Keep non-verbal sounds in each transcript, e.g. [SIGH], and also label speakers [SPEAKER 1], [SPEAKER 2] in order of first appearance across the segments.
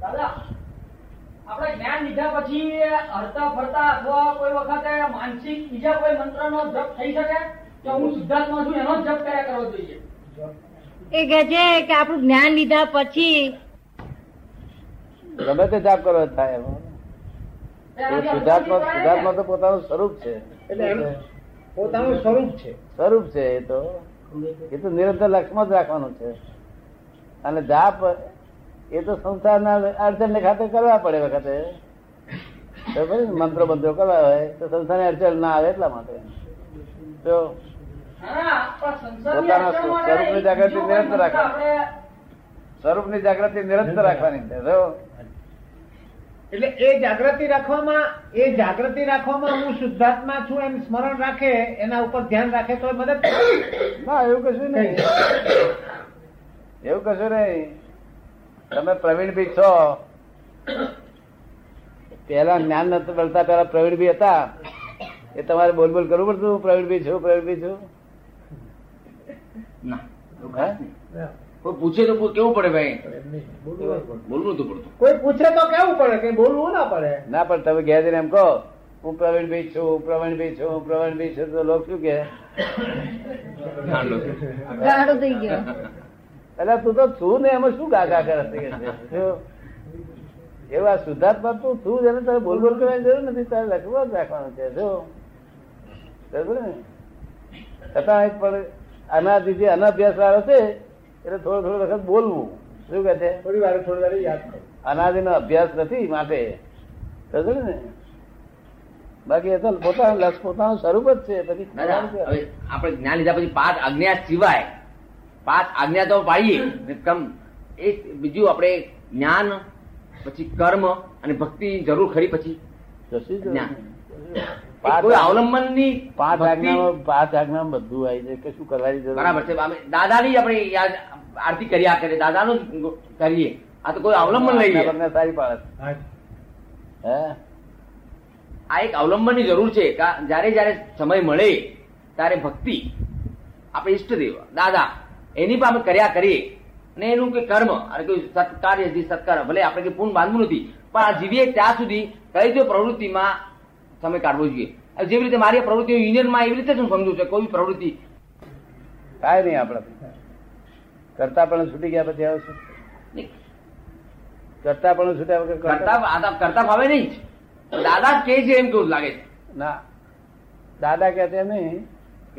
[SPEAKER 1] દાદા આપણે જ્ઞાન લીધા પછી હરતા ફરતા અથવા કોઈ વખતે માનસિક બીજા કોઈ મંત્રનો જપ થઈ શકે કે હું શુદ્ધાત્મા છું એનો જ જપ કર્યા કરવો જોઈએ
[SPEAKER 2] એ કહે છે કે આપણું જ્ઞાન લીધા પછી
[SPEAKER 3] ગમે તે જાપ કરો થાય એમાં. એ
[SPEAKER 1] એનાથી
[SPEAKER 3] શુદ્ધાત્મા
[SPEAKER 1] અનુભૂતિ થાય
[SPEAKER 3] શુદ્ધાત્મા
[SPEAKER 1] ને?
[SPEAKER 3] તો પોતાનું સ્વરૂપ છે
[SPEAKER 4] એટલે એમ પોતાનું સ્વરૂપ છે
[SPEAKER 3] સ્વરૂપ છે એ તો એ તો નિરંતર લક્ષ્યમાં જ રાખવાનું છે અને જાપ એ તો સંસારના અડચણને ખાતે કરવા પડે વખતે ખબર ને? મંત્રો બંત્રો કરવા હોય તો સંસારની અડચણ ના આવે એટલા માટે તો
[SPEAKER 1] હા, પણ સંસારની
[SPEAKER 3] પોતાના
[SPEAKER 1] અડચણ માટે બીજું
[SPEAKER 3] સ્વરૂપની જાગૃતિ
[SPEAKER 1] કોઈ
[SPEAKER 3] નિરંતર
[SPEAKER 1] મંત્ર
[SPEAKER 3] રાખો.
[SPEAKER 1] આપણે
[SPEAKER 3] સ્વરૂપની જાગૃતિ નિરંતર રાખવાની છે જો
[SPEAKER 4] એટલે એ જાગૃતિ રાખવામાં એ જાગૃતિ રાખવામાં હું શુદ્ધાત્મા છું એમ સ્મરણ રાખે એના ઉપર ધ્યાન રાખે તો એ મદદ કરે.
[SPEAKER 3] ના એવું કશું નહીં એવું કશું નહીં તમે પ્રવીણ બી છો પહેલા જ્ઞાન નતું મળતા પહેલા પ્રવીણ બી હતા એ તમારે બોલ બોલ કરવું પડતું હું પ્રવીણ બી છું પ્રવીણ બી છું
[SPEAKER 5] ના એવું ખાસ નહીં. કોઈ પૂછે તો પૂ- કેવું પડે ભાઈ બોલવું નતું પડતું
[SPEAKER 4] કોઈ પૂછે તો કેવું પડે કે બોલવું ના પડે
[SPEAKER 3] ના પણ તમે ઘેર જઈને એમ કહો હું પ્રવીણ બી છું હું પ્રવીણ બી છું હું પ્રવીણ બી છું તો લોકો શું કે
[SPEAKER 5] ગાંડો.
[SPEAKER 2] ગાળો થઈ ગયો
[SPEAKER 3] એટલે તું તો છું ને એમાં શું ગાગા કરે છે કે છે? શું? એવું આ શુદ્ધાત્મા તું છું જ એને તારે બોલ બોલ કરવાની જરૂર નથી તારે લખવા જ રાખવાનું છે જો બરાબર ને છતાં એક પણ અનાધિ જે અનભ્યાસ વાળો છે એટલે થોડો થોડો વખત બોલવું શું કહે છે
[SPEAKER 4] થોડી વાર થોડી વાર યાદ કરો
[SPEAKER 3] અનાદિનો અભ્યાસ નથી માટે સમજ્યો ને બાકી એ તો પોતાનું લક્ષ પોતાનું સ્વરૂપ જ છે પછી
[SPEAKER 5] દાદા હવે આપણે જ્ઞાન લીધા પછી પાંચ આજ્ઞા સિવાય પાંચ આજ્ઞા તો પાડીએ ને કમ એ બીજું આપણે જ્ઞાન પછી કર્મ અને ભક્તિ જરૂર ખરી પછી
[SPEAKER 3] કશું જ
[SPEAKER 5] જ્ઞાન.
[SPEAKER 3] પાંચ
[SPEAKER 5] કોઈ અવલંબન ની
[SPEAKER 3] પાંચ આજ્ઞામાં પાંચ આજ્ઞામાં બધું આવી જાય કશું કરવાની જરૂર
[SPEAKER 5] બરાબર છે અમે દાદાની આપણે યાદ આરતી કર્યા કરીએ દાદાનું જ કરીએ આ તો કોઈ અવલંબન લઈ લે
[SPEAKER 3] આજ્ઞા સારી પાડે છે. હે
[SPEAKER 5] આ એક અવલંબનની જરૂર છે કા જ્યારે જ્યારે સમય મળે ત્યારે ભક્તિ આપણે ઈષ્ટદેવ દાદા એની પર આપણે કર્યા કરીએ અને એનું કે કર્મ અને કોઈ સત્કાર્ય જે સત્કાર ભલે આપણે કે પૂર્ણ બાંધવું નથી પણ આ જીવીએ ત્યાં સુધી કઈ તો પ્રવૃત્તિમાં સમય કાઢવો જોઈએ હવે જેવી રીતે મારી આ પ્રવૃત્તિ યુનિયનમાં એવી રીતે જ હું સમજુ છું કોઈ બી પ્રવૃત્તિ
[SPEAKER 3] કાંઈ નહીં આપણા કરતા પણ છૂટી ગયા પછી આવે શું
[SPEAKER 5] નહીં,
[SPEAKER 3] કરતા પણ છૂટ્યા વગર
[SPEAKER 5] કરતા
[SPEAKER 3] કરતા
[SPEAKER 5] આ તો કરતા ભાવે નહીં જ. દાદા જ કે છે એમ કેવું લાગે છે
[SPEAKER 3] ના દાદા કે તેમ નહીં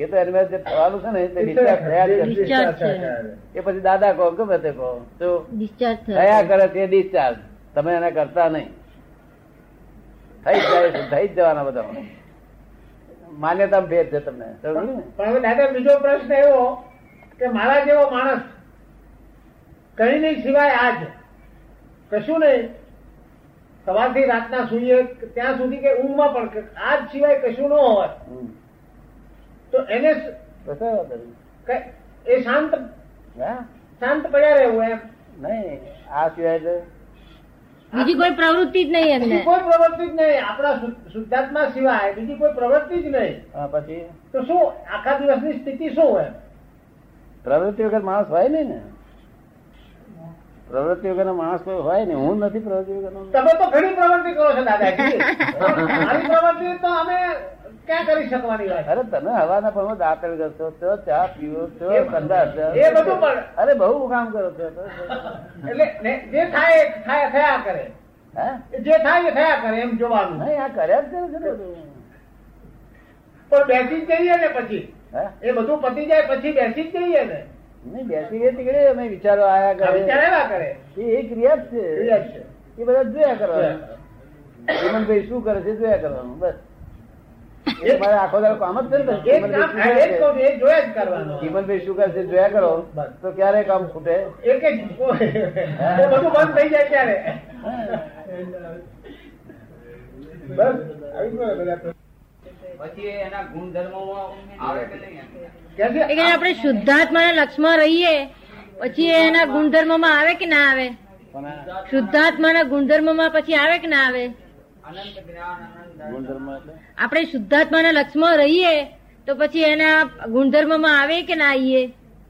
[SPEAKER 3] એ તો એની પાસે જે થવાનું છે ને તે discharge થયા જ કરશે.
[SPEAKER 2] discharge છે.
[SPEAKER 3] એ પછી દાદા કહો ગમે તે કહો તો
[SPEAKER 2] ડિસ્ચાર્જ
[SPEAKER 3] થયા
[SPEAKER 2] થયો
[SPEAKER 3] કરે તે discharge. તમે એને કરતા નહીં થઈ જ જાય છે, થઈ જ જવાના બધા માન્યતા ભેદ છે તમને સમજો ને?
[SPEAKER 4] પણ હવે દાદા બીજો પ્રશ્ન એવો કે મારા જેવો માણસ કઈ નહીં સિવાય આજ કશું નહીં સવારથી રાતના સૂઈએ ત્યાં સુધી કે ઊંઘમાં પણ કે આજ સિવાય કશું ન હોય
[SPEAKER 3] હમ.
[SPEAKER 4] તો એને સ-
[SPEAKER 3] તો કઈ વાંધો નહીં.
[SPEAKER 4] કઈ- એ શાંત
[SPEAKER 3] હે?
[SPEAKER 4] શાંત પડ્યા રહેવું એમ
[SPEAKER 3] નહીં આ સિવાય તો
[SPEAKER 2] બીજી કોઈ પ્રવૃત્તિ જ નહીં એમને
[SPEAKER 4] બીજી કોઈ પ્રવૃત્તિ જ નહીં આપણા શુદ્ધ- શુદ્ધાત્મા સિવાય બીજી કોઈ પ્રવૃત્તિ જ નહીં
[SPEAKER 3] હા, પછી
[SPEAKER 4] તો શું આખા દિવસની સ્થિતિ શું હોય
[SPEAKER 3] પ્રવૃત્તિ વગર માણસ હોય નહીં ને પ્રવૃત્તિ વગરનો માણસ કોઈ હોય નહીં હું નથી પ્રવૃત્તિ વગરનો
[SPEAKER 4] તમે તો ઘણી પ્રવૃત્તિ કરો છો દાદાજી મારી પ્રવૃત્તિ તો અમે ક્યાં કરી શકવાની વાત
[SPEAKER 3] અરે તમે હવાના પણ દાંતણ કરશો છો ચા પીવો છો
[SPEAKER 4] એ-
[SPEAKER 3] કંદા છો
[SPEAKER 4] એ બધું પણ.
[SPEAKER 3] અરે બહુ કામ કરો છો તો.
[SPEAKER 4] એટલે ને જે થાય એ થાય થયા કરે
[SPEAKER 3] હે
[SPEAKER 4] જે થાય એ થયા કરે એમ જોવાનું
[SPEAKER 3] નહીં આ કર્યા જ કરે છે ને બધું.
[SPEAKER 4] પણ બેસી જ જઈએ ને પછી
[SPEAKER 3] હે
[SPEAKER 4] એ બધું પતી જાય પછી બેસી જ જઈએ ને
[SPEAKER 3] નહીં બેસી ગઈ તીકડે અમે વિચારો આયા
[SPEAKER 4] આ વિચાર
[SPEAKER 3] કરે
[SPEAKER 4] એવા કરે
[SPEAKER 3] એ એક રિયાજ છે
[SPEAKER 4] ક્રિયા જ છે.
[SPEAKER 3] એ બધા જોયા કરવાના હેમંતભાઈ શું કરે છે જોયા કરવાનું બસ એ મારે આખો દાડો કામ જ છે ને
[SPEAKER 4] એક કામ હા, એ જ
[SPEAKER 3] હેમંતભાઈ શું કરે છે?
[SPEAKER 4] કહું છું, એ જોયા જ કરવાનું
[SPEAKER 3] હેમંતભાઈ શું કરે છે જોયા કરો
[SPEAKER 4] બસ.
[SPEAKER 3] તો ક્યારે કામ ખૂટે
[SPEAKER 4] એક જ એ બધું બંધ થઈ જાય ત્યારે બસ આવી ગયો બધા.
[SPEAKER 1] પછી એના ગુણધર્મો આવે કે નહીં એમ?
[SPEAKER 4] ક્યાંથી?
[SPEAKER 2] એ કે આપણે શુદ્ધાત્માના લક્ષમાં રહીએ પછી એના ગુણધર્મમાં આવે કે ના આવે
[SPEAKER 3] પણ આ
[SPEAKER 2] શુદ્ધાત્માના ગુણધર્મમાં પછી આવે કે ના આવે
[SPEAKER 1] અનંત જ્ઞાન અનંત
[SPEAKER 3] ગુણધર્મ એટલે
[SPEAKER 2] આપણે શુદ્ધાત્માના લક્ષમાં રહીએ તો પછી એના ગુણધર્મમાં આવે કે ના આવીએ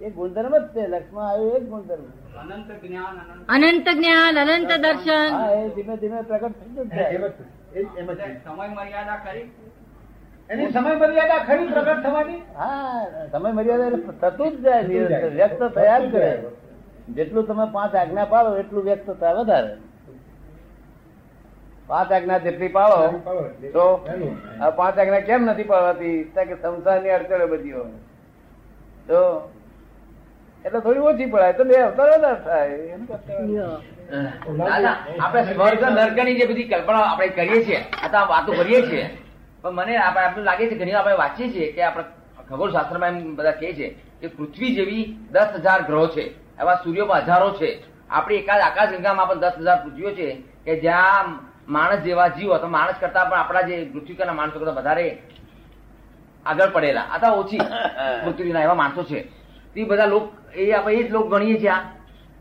[SPEAKER 3] એ ગુણધર્મ જ છે લક્ષ્મણ આવ્યો એ જ ગુણધર્મ
[SPEAKER 1] અનંત જ્ઞાન અનંત
[SPEAKER 2] અનંત જ્ઞાન અનંત દર્શન
[SPEAKER 3] હા એ ધીમે ધીમે પ્રગટ થઈ જ
[SPEAKER 4] એમ
[SPEAKER 3] જાય
[SPEAKER 4] જ છે. એ- એમ જ છે.
[SPEAKER 1] સમય મર્યાદા કરી
[SPEAKER 4] એની સમય મર્યાદા ખરી પ્રગટ થવાની
[SPEAKER 3] હા સમય મર્યાદા એટલે થતું જ જાય
[SPEAKER 4] થતું જ જાય.
[SPEAKER 3] નિરંતર વ્યક્ત થયા જ
[SPEAKER 4] થતું જ
[SPEAKER 3] કરે
[SPEAKER 4] જાય.
[SPEAKER 3] જેટલું તમે પાંચ આજ્ઞા પાડો એટલું વ્યક્ત થાય વધારે પાંચ આજ્ઞા જેટલી પાડો તો આ પાંચ આજ્ઞા કેમ નથી પાડવાતી કારણ કે સંસારની અડચણો બધી હોય તો એટલે થોડી ઓછી પડાય તો બે અવતાર વધારે થાય એમ કરતા હોય.
[SPEAKER 2] યો.
[SPEAKER 5] દાદા આપણે સ્વર્ગ નર્કની જે બધી કલ્પના આપણે કરીએ છીએ અથવા વાતો કરીએ છીએ પણ મને આપણે આપણું લાગે છે ઘણી વાર આપણે વાંચીએ છીએ કે આપણે ખગોળશાસ્ત્રમાં એમ બધા કહે છે કે પૃથ્વી જેવી દસ હજાર ગ્રહો છે એવા સૂર્યોમાં હજારો છે આપણી એકાદ આકાશગંગામાં પણ દસ હજાર પૃથ્વીઓ છે કે જ્યાં માણસ જેવા જીવ અથવા માણસ કરતા પણ આપણા જે પૃથ્વીના માણસો કરતા વધારે આગળ પડેલા અથવા ઓછી પૃથ્વીના એવા માણસો છે તે બધા લોક એ આપણે એ જ લોક ગણીએ છીએ આ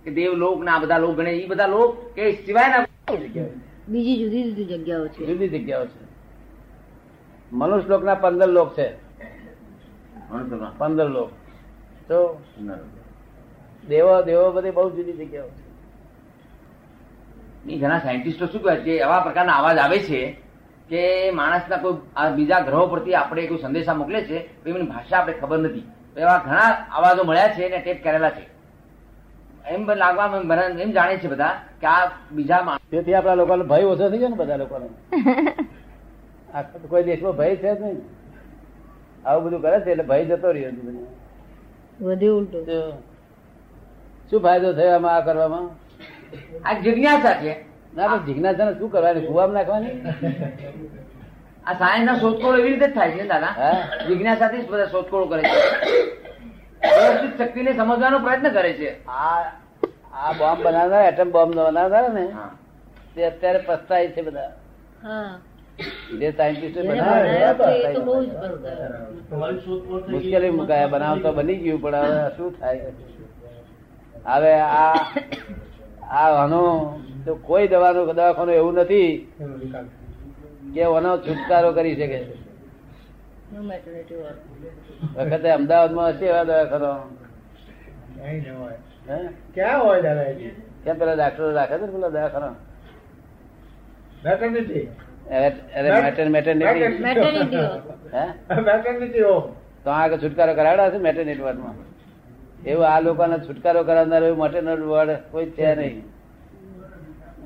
[SPEAKER 5] કે દેવલોક ના આ બધા લોક ગણે એ બધા લોક કે સિવાયના
[SPEAKER 2] બીજી જુદી જુદી જગ્યાઓ છે
[SPEAKER 3] જુદી જગ્યાઓ છે મનુષ્ય લોકના પંદર લોક છે પંદર લોક તો દેવો દેવો બધી બહુ જુદી જગ્યાઓ છે
[SPEAKER 5] એ ઘણા સાયન્ટિસ્ટો શું કહે છે એવા પ્રકારના અવાજ આવે છે કે માણસના કોઈ આ બીજા ગ્રહો પરથી આપણે કોઈ સંદેશા મોકલે છે તો એમની ભાષા આપણે ખબર નથી તો એવા ઘણા અવાજો મળ્યા છે અને ટેપ કરેલા છે એમ પણ લાગવા મને એમ જાણે છે બધા કે આ બીજા માણસ
[SPEAKER 3] તેથી આપણા લોકોનો ભય ઓછો થઈ ગયો ને બધા લોકોનો આખો તો કોઈ દેશમાં ભય છે જ નહીં આવું બધું કરે છે એટલે ભય જતો રહ્યો છે બધું.
[SPEAKER 2] વધુ ઉલટું
[SPEAKER 3] તો શું ફાયદો થયો આમાં આ કરવામાં
[SPEAKER 5] આ જિજ્ઞાસા છે
[SPEAKER 3] ના પણ જિજ્ઞાસા શું કરવાની કુવામાં નાખવાની
[SPEAKER 5] આ સાયન્સના શોધખોળ એવી રીતે જ થાય છે દાદા
[SPEAKER 3] હા?
[SPEAKER 5] જિજ્ઞાસાથી જ બધા શોધખોળ કરે છે વ્યવસ્થિત શક્તિને સમજવાનો પ્રયત્ન કરે છે
[SPEAKER 3] આ આ બોમ્બ બનાવનાર એટમ બોમ્બ બનાવનાર ને
[SPEAKER 5] હા.
[SPEAKER 3] તે અત્યારે પસ્તાય છે બધા
[SPEAKER 2] હા
[SPEAKER 3] જે સાયન્ટિસ્ટ
[SPEAKER 2] જેને
[SPEAKER 3] બનાવ્યા
[SPEAKER 2] બનાવ્યો છે એ તો
[SPEAKER 3] બધા
[SPEAKER 2] બહુ જ
[SPEAKER 3] પસ્તાય.
[SPEAKER 2] બરોબર.
[SPEAKER 3] મુશ્કેલી મુકાયા બનાવ તો બની ગયું પણ હવે શું થાય હવે આ આ આનો તો કોઈ દવાનું દવાખાનું એવું નથી કે આનો છુટકારો કરી શકે
[SPEAKER 2] No matter what you are.
[SPEAKER 3] વખતે અમદાવાદમાં હશે એવા દવાખાનો હે
[SPEAKER 4] ક્યાં હોય દાદા એ?
[SPEAKER 3] કેમ પેલા ડાક્ટરો રાખે છે ને પેલા દવાખાના
[SPEAKER 4] Maternity.
[SPEAKER 3] અરે મેટર મેટરનિટી
[SPEAKER 2] Maternity
[SPEAKER 3] હે
[SPEAKER 4] Maternity home.
[SPEAKER 3] તો આ છુટકારો કરાવડા છે મેટરનિટી વોર્ડમાં એવું આ લોકોને છુટકારો કરાવનાર એવું મેટરનિટી વોર્ડ કોઈ છે નહીં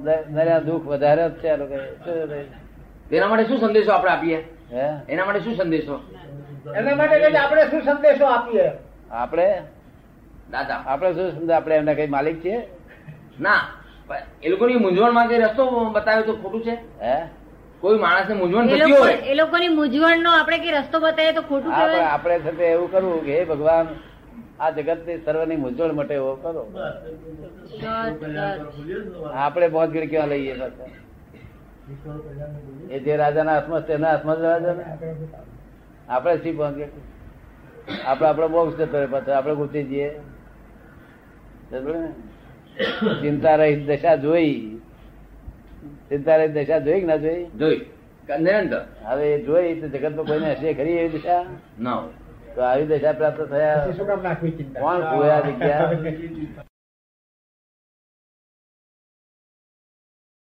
[SPEAKER 3] દ- દરિયા દુઃખ વધારે જ છે આ લોકોએ. શું છે?
[SPEAKER 5] તેના માટે શું સંદેશો આપણે આપીએ
[SPEAKER 3] હે
[SPEAKER 5] એના માટે શું સંદેશો
[SPEAKER 4] એના માટે કઈ આપણે શું સંદેશો આપીએ
[SPEAKER 3] આપણે
[SPEAKER 5] દાદા
[SPEAKER 3] આપણે શું સમજે આપણે એમના કઈ માલિક છીએ
[SPEAKER 5] ના પણ એ લોકોની મૂંઝવણમાં કઈ રસ્તો બતાવ્યો તો ખોટું છે
[SPEAKER 3] હે
[SPEAKER 5] કોઈ માણસને મૂંઝવણ
[SPEAKER 2] એ
[SPEAKER 5] થતી
[SPEAKER 2] લોકો
[SPEAKER 5] હોય
[SPEAKER 2] એ લોકોની મૂંઝવણનો આપણે કઈ રસ્તો બતાવીએ તો ખોટું
[SPEAKER 3] આપણે
[SPEAKER 2] કહેવાય
[SPEAKER 3] આપણે છે તે એવું કરવું કે હે ભગવાન આ જગતની સર્વની મૂંઝવણ માટે એવો કરો
[SPEAKER 2] બસ,
[SPEAKER 3] આપણે પહોંચ ગીર ક્યાં લઈએ પાછા? એ જે રાજાના હાથમાં છે તેના હાથમાં જ રાજા ને આપણે શી પહોંચ ગીર? આપણે આપણો બોક્સ જતો રહે પાછો આપણે ગુચી જઈએ સમજ્યો ને? ચિંતા રહી દશા જોઈ ચિંતા રહી દશા જોઈ કે ના જોઈ
[SPEAKER 5] જોઈ નિરંતર
[SPEAKER 3] હવે એ જોઈ તો જગતમાં કોઈને હશે ખરી એવી દશા
[SPEAKER 5] ના હોય
[SPEAKER 3] તો આવી દશા પ્રાપ્ત થયા
[SPEAKER 4] શું કામ નાખવી ચિંતા [LAUGHS]
[SPEAKER 3] કોણ ખોયા જગ્યા